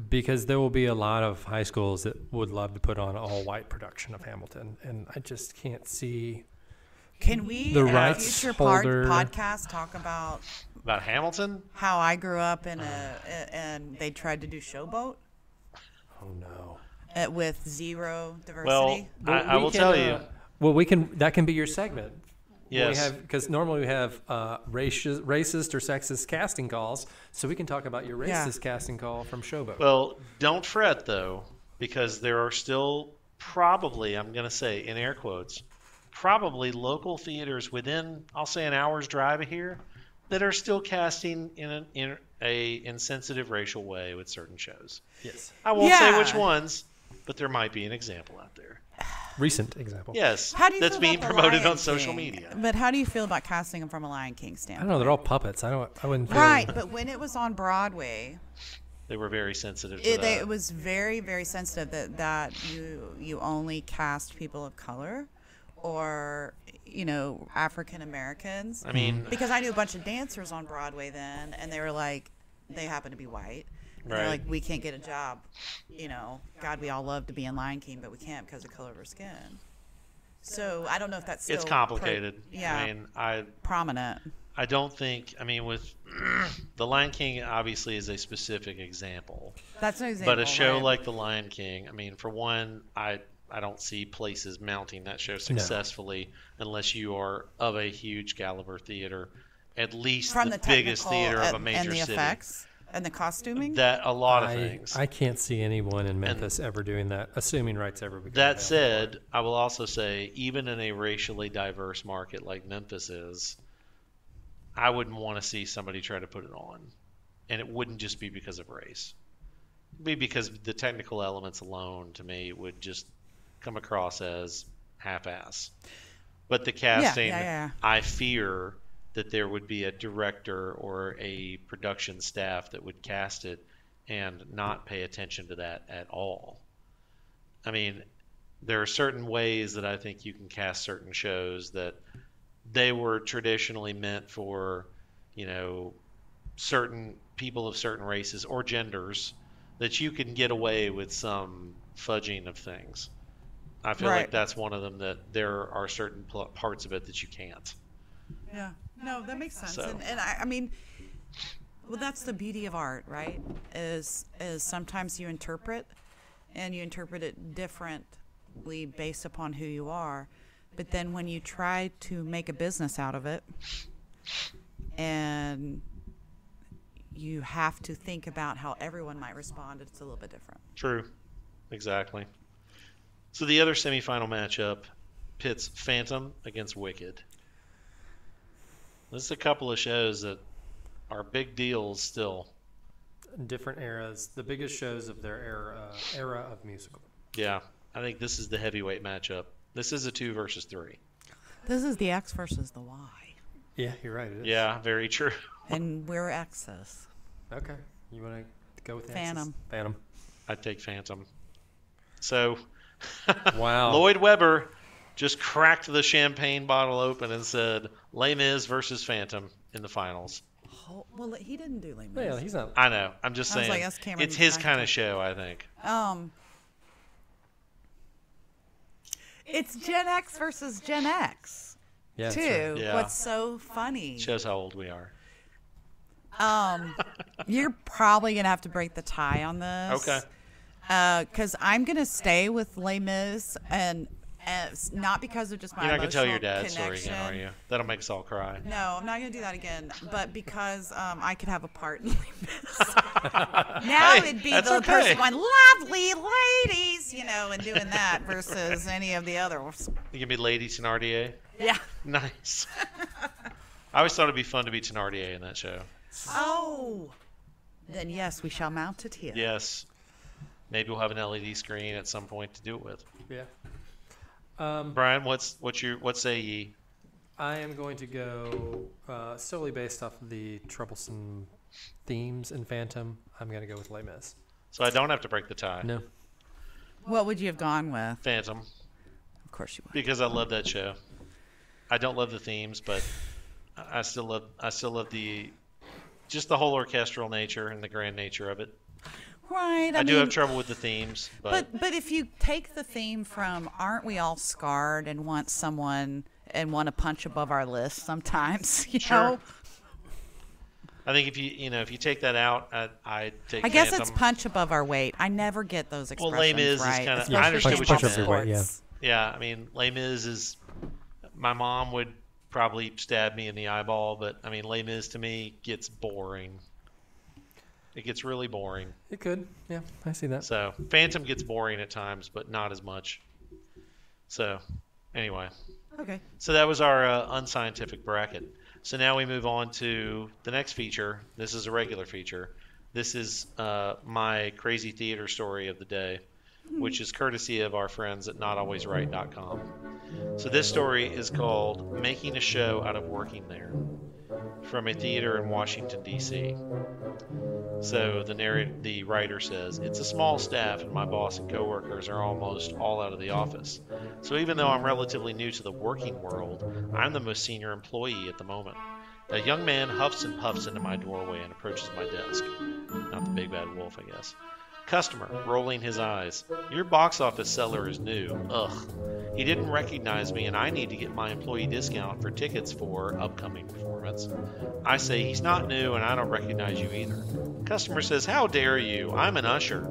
because there will be a lot of high schools that would love to put on all white production of Hamilton and I just can't see Can we The in our rights future part, holder- podcast talk about About Hamilton? how I grew up in Uh. a a- and they tried to do showboat oh no. uh, with zero Well, diversity? I, I we will can, tell uh, Well, we can that can be your segment. Yes. because normally we have uh, racist, racist or sexist casting calls, so we can talk about your Yeah. racist casting call from Showboat. you. Well, don't fret though, because there are still probably I'm going to say in air quotes, probably local theaters within I'll say an hour's drive of here that are still casting in an in a insensitive racial way with certain shows. yes, I won't say which Yeah. ones, but there might be an example out there. recent example. Yes, How do you that's feel being about the promoted Lion on social King? media. But how do you feel about casting him from a Lion King I don't standpoint? know. They're all puppets. I don't. I wouldn't. Feel, Right, but when it was on Broadway, They were very sensitive to it, they, that. it was very very sensitive that that you you only cast people of color or you know African Americans I mean, because I knew a bunch of dancers on Broadway then and they were like they happen to be white and Right. they're like we can't get a job you know god we all love to be in Lion King but we can't because of the color of our skin so I don't know if that's still it's complicated. pro- yeah I mean, I prominent I don't think. I mean, with the Lion King, obviously, is a specific example. that's an example But a show right? like the Lion King, I mean, for one, I I don't see places mounting that show successfully unless you are of a huge caliber theater, at least from the, the, biggest technical theater of and- a major and the city. effects and the costuming That a lot of I, things. I can't see anyone in Memphis ever doing that, assuming rights ever. become That available. said, I will also say, even in a racially diverse market like Memphis is, I wouldn't want to see somebody try to put it on. And it wouldn't just be because of race. It'd be because the technical elements alone, to me, would just come across as half ass. But the casting, yeah, yeah. I fear that there would be a director or a production staff that would cast it and not pay attention to that at all. I mean, there are certain ways that I think you can cast certain shows that they were traditionally meant for, you know, certain people of certain races or genders that you can get away with some fudging of things. I feel like Right. that's one of them that there are certain pl- parts of it that you can't. Yeah. No, that makes sense. So- And, and I, I mean, well, that's the beauty of art, right? Is is sometimes you interpret, and you interpret it differently based upon who you are, but then when you try to make a business out of it, and you have to think about how everyone might respond. It's a little bit different. True. Exactly. So the other semifinal matchup pits Phantom against Wicked. This is a couple of shows that are big deals still. different eras, the biggest shows of their era uh, era of musical. Yeah, I think this is the heavyweight matchup. This is a two versus three. This is the X versus the Y, Yeah, you're right. It is. Yeah, very true. and we're X's. Okay. You want to go with the X's? Phantom. Phantom. I'd take Phantom. So, Wow. Lloyd Webber just cracked the champagne bottle open and said, Les Mis versus Phantom in the finals. Oh, well, he didn't do Les Mis. Well, he's not. I know. I'm just I was saying. like, that's Cameron it's his Diaz. kind of show, I think. Um, it's Gen X versus Gen X Yeah. that's too. right. Yeah. What's so funny? Shows how old we are. Um, you're probably gonna have to break the tie on this. Okay. Because I'm gonna stay with Les Mis and. Uh, s- not because of just my You're not going to tell your emotional dad's story connection. again, are you? That'll make us all cry. No, I'm not gonna do that again. But because um, I could have a part in Les Mis. now Hey, it'd be that's the okay. person going, "Lovely ladies," you know, and doing that versus any of the others. You can be Lady Tenardier. Yeah. Nice. I always thought it'd be fun to be Tenardier in that show. Oh. Then yes, we shall mount it here. Yes. Maybe we'll have an LED screen at some point to do it with. Yeah. Brian, what's what's your what say ye? I am going to go uh, solely based off of the troublesome themes in Phantom. I'm going to go with Les Mis. So I don't have to break the tie. No. What would you have gone with? Phantom, Of course you would. because I love that show. I don't love the themes, but I I still love I still love the just the whole orchestral nature and the grand nature of it. Right. I, I, do mean, have trouble with the themes, but, But but if you take the theme from "Aren't we all scarred?" and want someone and want to punch above our list sometimes, you Sure. know, I think if you you know if you take that out, I, I take. I guess Phantom. it's punch above our weight. I never get those Well, expressions lame is is right. kinda- I especially understand in what you club meant. Punch above your weight, yeah. sports. Yeah, I mean, Les Mis is. My mom would probably stab me in the eyeball, but I mean, Les Mis to me gets boring. It gets really boring. It could. Yeah, I see that. So Phantom gets boring at times, but not as much. So, anyway, Okay. so that was our uh, unscientific bracket. So now we move on to the next feature. This is a regular feature. This is uh, my crazy theater story of the day, which is courtesy of our friends at notalwaysright.com. So this story is called Making a Show Out of Working There from a theater in Washington, D.C. So the narrator, the writer says, It's a small staff, and my boss and coworkers are almost all out of the office. So even though I'm relatively new to the working world, I'm the most senior employee at the moment. A young man huffs and puffs into my doorway and approaches my desk. Not the big bad wolf, I guess. Customer, rolling his eyes. Your box office seller is new. Ugh. He didn't recognize me, and I need to get my employee discount for tickets for upcoming performance. I say he's not new, and I don't recognize you either. Customer says, How dare you? I'm an usher.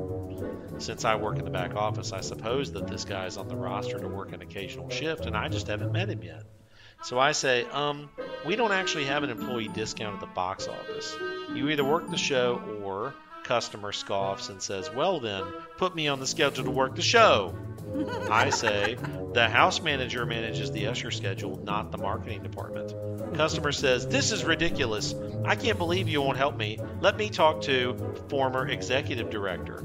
Since I work in the back office, I suppose that this guy's on the roster to work an occasional shift, and I just haven't met him yet. So I say, um, we don't actually have an employee discount at the box office. You either work the show or customer scoffs and says, well then, put me on the schedule to work the show. I say, the house manager manages the usher schedule, not the marketing department. Customer says, This is ridiculous. I can't believe you won't help me. Let me talk to former executive director.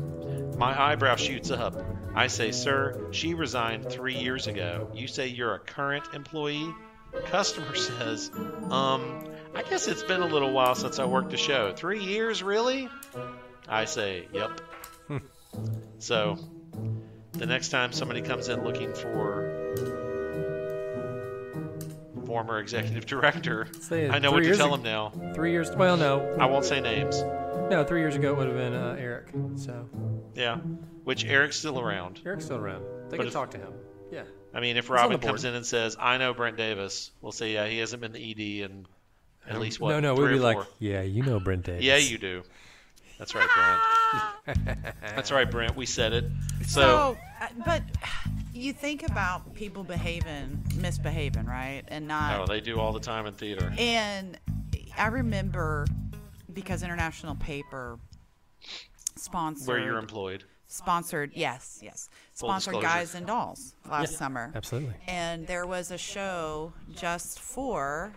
My eyebrow shoots up. I say, Sir, she resigned three years ago. You say you're a current employee? Customer says, Um, I guess it's been a little while since I worked the show. Three years, really? I say, Yep. so, the next time somebody comes in looking for former executive director, Say it I know three what to years tell them ag- now. Three years. Well, no, I won't say names. no. Three years ago, it would have been uh, Eric. So Yeah. Which Eric's still around. Eric's still around. They But can if- talk to him. Yeah. I mean, if the Robin board. comes in and says, "I know Brent Davis," we'll say, "Yeah, he hasn't been the ED in at least what Um, no, no. We'd three be or like, four. yeah, you know Brent Davis. Yeah, you do. That's right, Brent. That's right, Brent. We said it. So, So, uh, but you think about people behaving, misbehaving, right, and not oh, they do all the time in theater. And I remember because International Paper sponsored Where you're employed. sponsored yes, yes. Full Sponsored disclosure. Guys and Dolls last Yeah, summer. Absolutely. And there was a show just for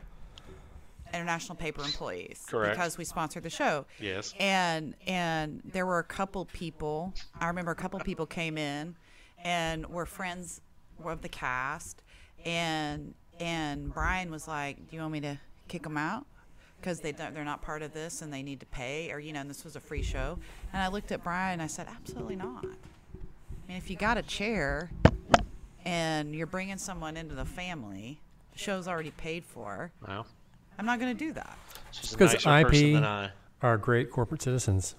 International Paper employees Correct. because we sponsored the show. Yes. And and there were a couple people. I remember a couple people came in and were friends of the cast and and Brian was like, "Do you want me to kick them out?" Because they don't, they're not part of this and they need to pay, or you know, and this was a free show. And I looked at Brian and I said, "Absolutely not. I mean, if you got a chair and you're bringing someone into the family, the show's already paid for. Well, I'm not going to do that." she's a Because nicer person IP than I. Our great corporate citizens.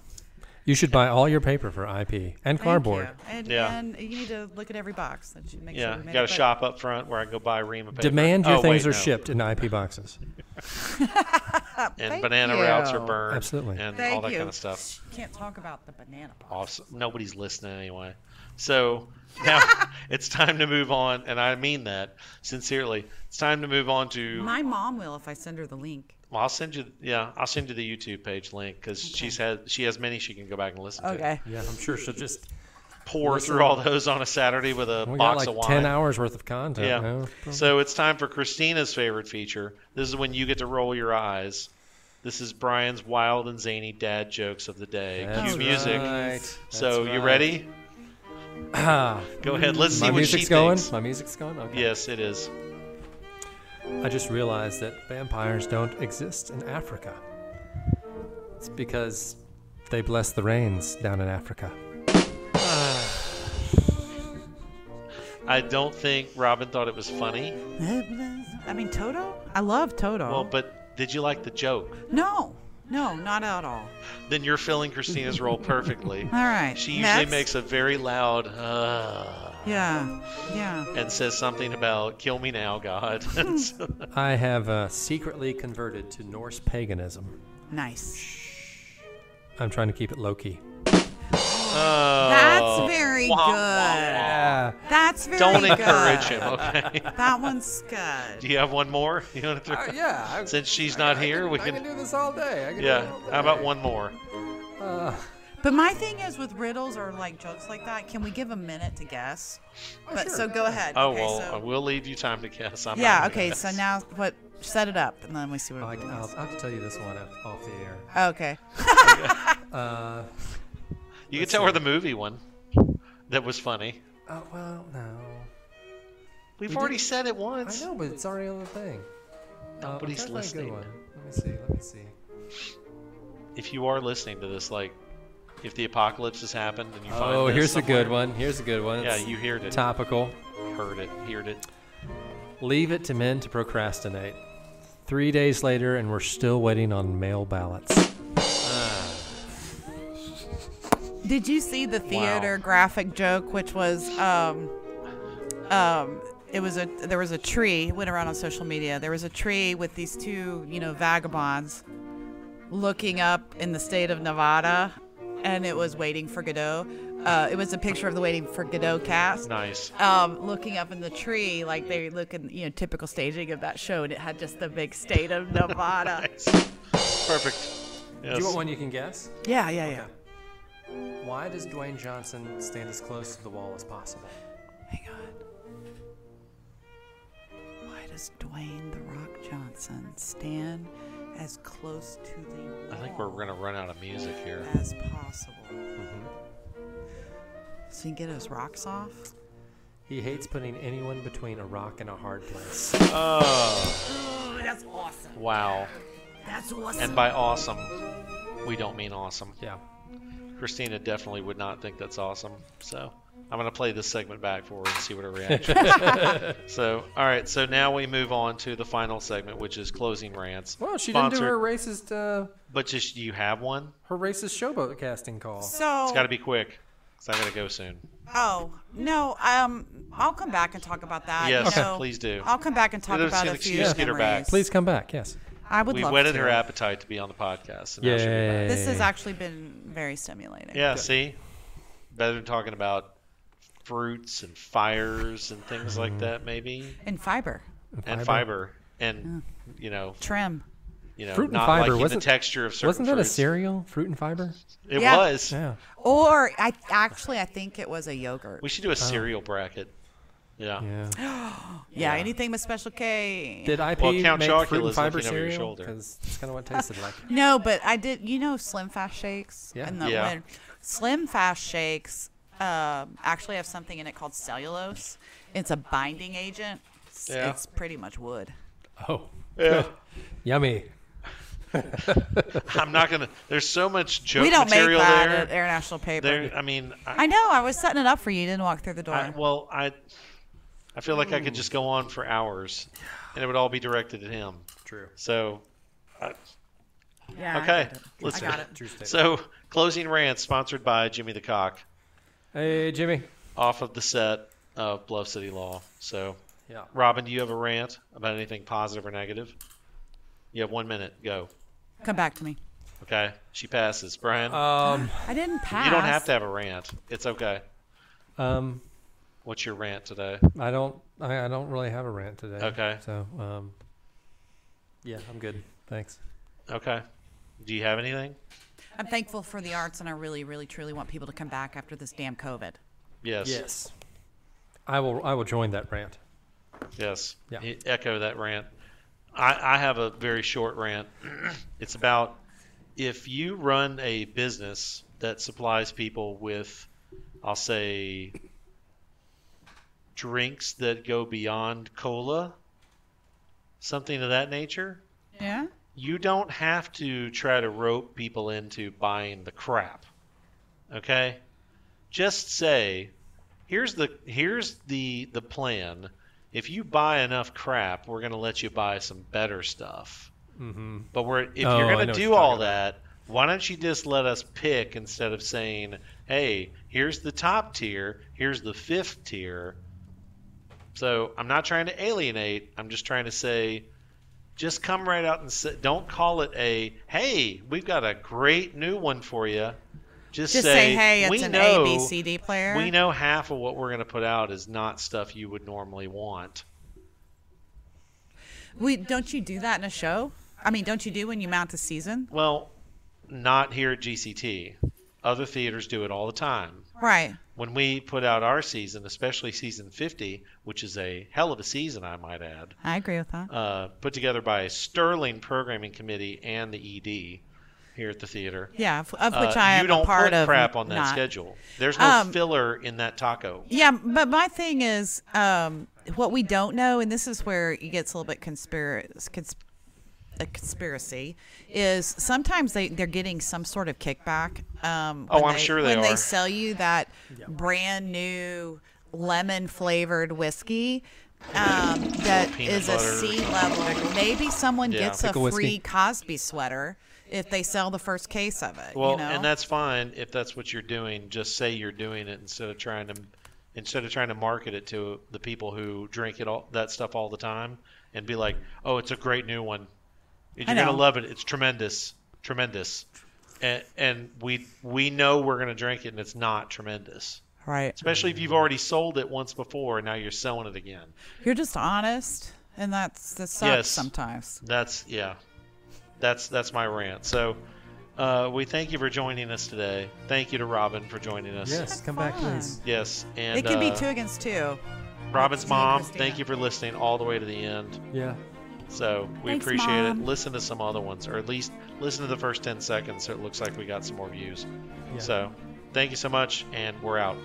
You should buy all your paper for IP and Thank cardboard. you. And, Yeah. and you need to look at every box that you make Yeah, sure we you made got a it, but- shop up front where I can go buy a ream of paper. Demand your Oh, things wait, are no. shipped in IP boxes. and Thank banana routes are you. burned. Absolutely. and Thank all that you. kind of stuff. Shh, Can't talk about the banana box. Awesome. Nobody's listening anyway. So now it's time to move on, and I mean that sincerely. It's time to move on to. My mom will if I send her the link. Well, I'll send you. Yeah, I'll send you the YouTube page link because she's had she has many she can go back and listen to. Yeah, I'm sure she'll just. Pour through all those on a Saturday with a We got box like of wine. ten hours worth of content. Yeah. no? So it's time for Christina's favorite feature. This is when you get to roll your eyes. This is Brian's wild and zany dad jokes of the day. That's Cue music. right. So That's you right. ready? Ah, Go ahead. Let's see my what music's she going. thinks. My music's going. Okay. Yes, it is. I just realized that vampires don't exist in Africa. It's because they bless the rains down in Africa. I don't think Robin thought it was funny. I mean, Toto? I love Toto. Well, but did you like the joke? no, no, not at all. Then you're filling Christina's role perfectly. All right. She usually next. makes a very loud uh, Yeah, yeah. and says something about "kill me now, God." I have uh, secretly converted to Norse paganism. Nice. I'm trying to keep it low key. Oh. That's very Wah, wah, good. Yeah. That's very Don't good. encourage him, okay? That one's Do good. you have one more? You want to throw? yeah. I- Since she's not here, we I can can. do this all day. I can do Yeah. it all How about day. one more? Uh, But my thing is with riddles or like jokes like that, can we give a minute to guess? but sure. so go ahead. Oh okay, well, so- I will leave you time to guess. I'm not yeah. gonna Oh, Okay. guess. So now what? Set it up, and then we see what. I, it I'll, I'll is. have to tell you this one off- off the air. okay. Uh, you can tell her the movie one. That was funny. oh, well, no. We've We already did- said it I once. know, but it's already on the thing. Uh, I'm Nobody's trying to find a good listening. one. Let me see. Let me see. If you are listening to this, like, if the apocalypse has happened and you find oh, this here's a good somewhere, one. Here's a good one. Yeah, It's you heard it. Topical. Heard it. Heard it. Leave it to men to procrastinate. Three days later, and we're still waiting on mail ballots. Did you see the theater graphic joke, which was um, um, it was a there was a tree it went around on social media. There was a tree with these two you know vagabonds looking up in the state of Nevada, and it was waiting for Godot. Uh, it was a picture of the waiting for Godot cast. Nice. Um, looking up in the tree, like they look in you know typical staging of that show, and it had just the big state of Nevada. Nice. Perfect. Yes. Do you want one you can guess? Yeah, yeah, yeah. Why does Dwayne Johnson stand as close to the wall as possible? Hang on. Why does Dwayne the Rock Johnson stand as close to the wall I think we're Mm-hmm. gonna run out of music here. as possible? So he can get his rocks off. He hates putting anyone between a rock and a hard place. Oh, Oh, that's awesome. wow. That's awesome. And by awesome, we don't mean awesome. Yeah. Christina definitely would not think that's awesome. So I'm going to play this segment back for her and see what her reaction is. so, all right. So now we move on to the final segment, which is closing rants. Well, she Sponsored- didn't do her racist uh, But just you have one? her racist showboat casting call. It's got to so, be quick because I got to go soon. oh no, um, I'll come back and talk about that. Yes, you know. please do. I'll come back and talk Let us about get a an few excuse to get her back. memories. Please come back. Yes. I would We love whetted to. her appetite to be on the podcast. And now she'll be back. Yeah. This has actually been very stimulating. Yeah, see? Better than talking about fruits and fires and things like that, maybe. And fiber, And Mm-hmm. Fiber. fiber. And, you know, trim. you know, Fruit and not fiber, liking wasn't- the texture of certain Wasn't that a fruits. cereal? Fruit and fiber? It Yeah. was. Yeah. Or I actually I think it was a yogurt. We should do a cereal bracket. Yeah. Oh. Yeah. yeah, anything with special K. Did IP Well, Count make Chocula's fruit and fiber looking over your cereal? shoulder. Because that's kind of what it tasted like. no, but I did. You know, Slim Fast shakes. Yeah. And the Yeah. when- Slim Fast shakes um, actually have something in it called cellulose. It's a binding agent. It's, Yeah. it's pretty much wood. Oh, Yeah. yummy. I'm not gonna. There's so much joke we don't make material that there. at International Paper. There. I mean, I, I know. I was setting it up for you. You didn't walk through the door. I, well, I, I feel like I Hmm. could just go on for hours, and it would all be directed at him. True. So, yeah. I okay, got it. listen. I got it. True statement. So, closing rant sponsored by Jimmy the Cock, hey, Jimmy. off of the set of Bluff City Law. So, Yeah. Robin, do you have a rant about anything positive or negative? You have one minute. Go. Come back to me. Okay. She passes. Brian, Um. I didn't pass. you don't have to have a rant. It's okay. Um. What's your rant today? I don't. I, I don't really have a rant today. Okay. So. Um. Yeah, I'm good. Thanks. Okay. Do you have anything? I'm thankful for the arts, and I really, really, truly want people to come back after this damn COVID. Yes. I will. I will join that rant. Yes. Yeah. E- Echo that rant. I, I have a very short rant. it's about if you run a business that supplies people with, I'll say, drinks that go beyond cola, something of that nature, Yeah. you don't have to try to rope people into buying the crap. Okay? Just say, here's the here's the the plan. If you buy enough crap, we're gonna let you buy some better stuff. Mm-hmm. But we're if you're Oh, I know gonna what do you're all talking that, why don't you just let us pick instead of saying, "Hey, here's the top tier, here's the fifth tier." So I'm not trying to alienate. I'm just trying to say, just come right out and say, don't call it a, "Hey, we've got a great new one for you." Just, Just say, say, hey, it's we an know, ABCD player. We know half of what we're going to put out is not stuff you would normally want. We don't you do that in a show? I mean, don't you do when you mount a season? Well, not here at GCT. Other theaters do it all the time. Right. When we put out our season, especially season 50, which is a hell of a season, I might add, I agree with that. uh, put together by a sterling programming committee and the ED here at the theater. Yeah, of, of uh, which I you am don't a part put of. crap on that not. schedule. There's no Um, filler in that taco. Yeah, but my thing is um, what we don't know, and this is where it gets a little bit conspira- consp- a conspiracy, is sometimes they, they're getting some sort of kickback. Um, Oh, when I'm sure they when are. they sell you that brand new lemon flavored whiskey. Um, that Peanut is a butter. C level. Maybe someone Yeah. gets a Pickle whiskey. free Cosby sweater if they sell the first case of it. Well, you know? and that's fine if that's what you're doing. Just say you're doing it instead of trying to instead of trying to market it to the people who drink it all that stuff all the time and be like, "Oh, it's a great new one. You're I going to know. love it. It's tremendous. Tremendous." And, and we we know we're going to drink it and it's not tremendous. right. Especially if Mm-hmm. you've already sold it once before and now you're selling it again. You're just honest, and that's that sucks Yes. sometimes. That's yeah. That's that's my rant. So uh, we thank you for joining us today. Thank you to Robin for joining us. Yes, come back, fun. please. Yes, and it can uh, be two against two. Robin's Christina, mom. Christina. Thank you for listening all the way to the end. Yeah. So we Thanks, appreciate Mom. it. Listen to some other ones, or at least listen to the first ten seconds. So it looks like we got some more views. Yeah. So thank you so much, and we're out.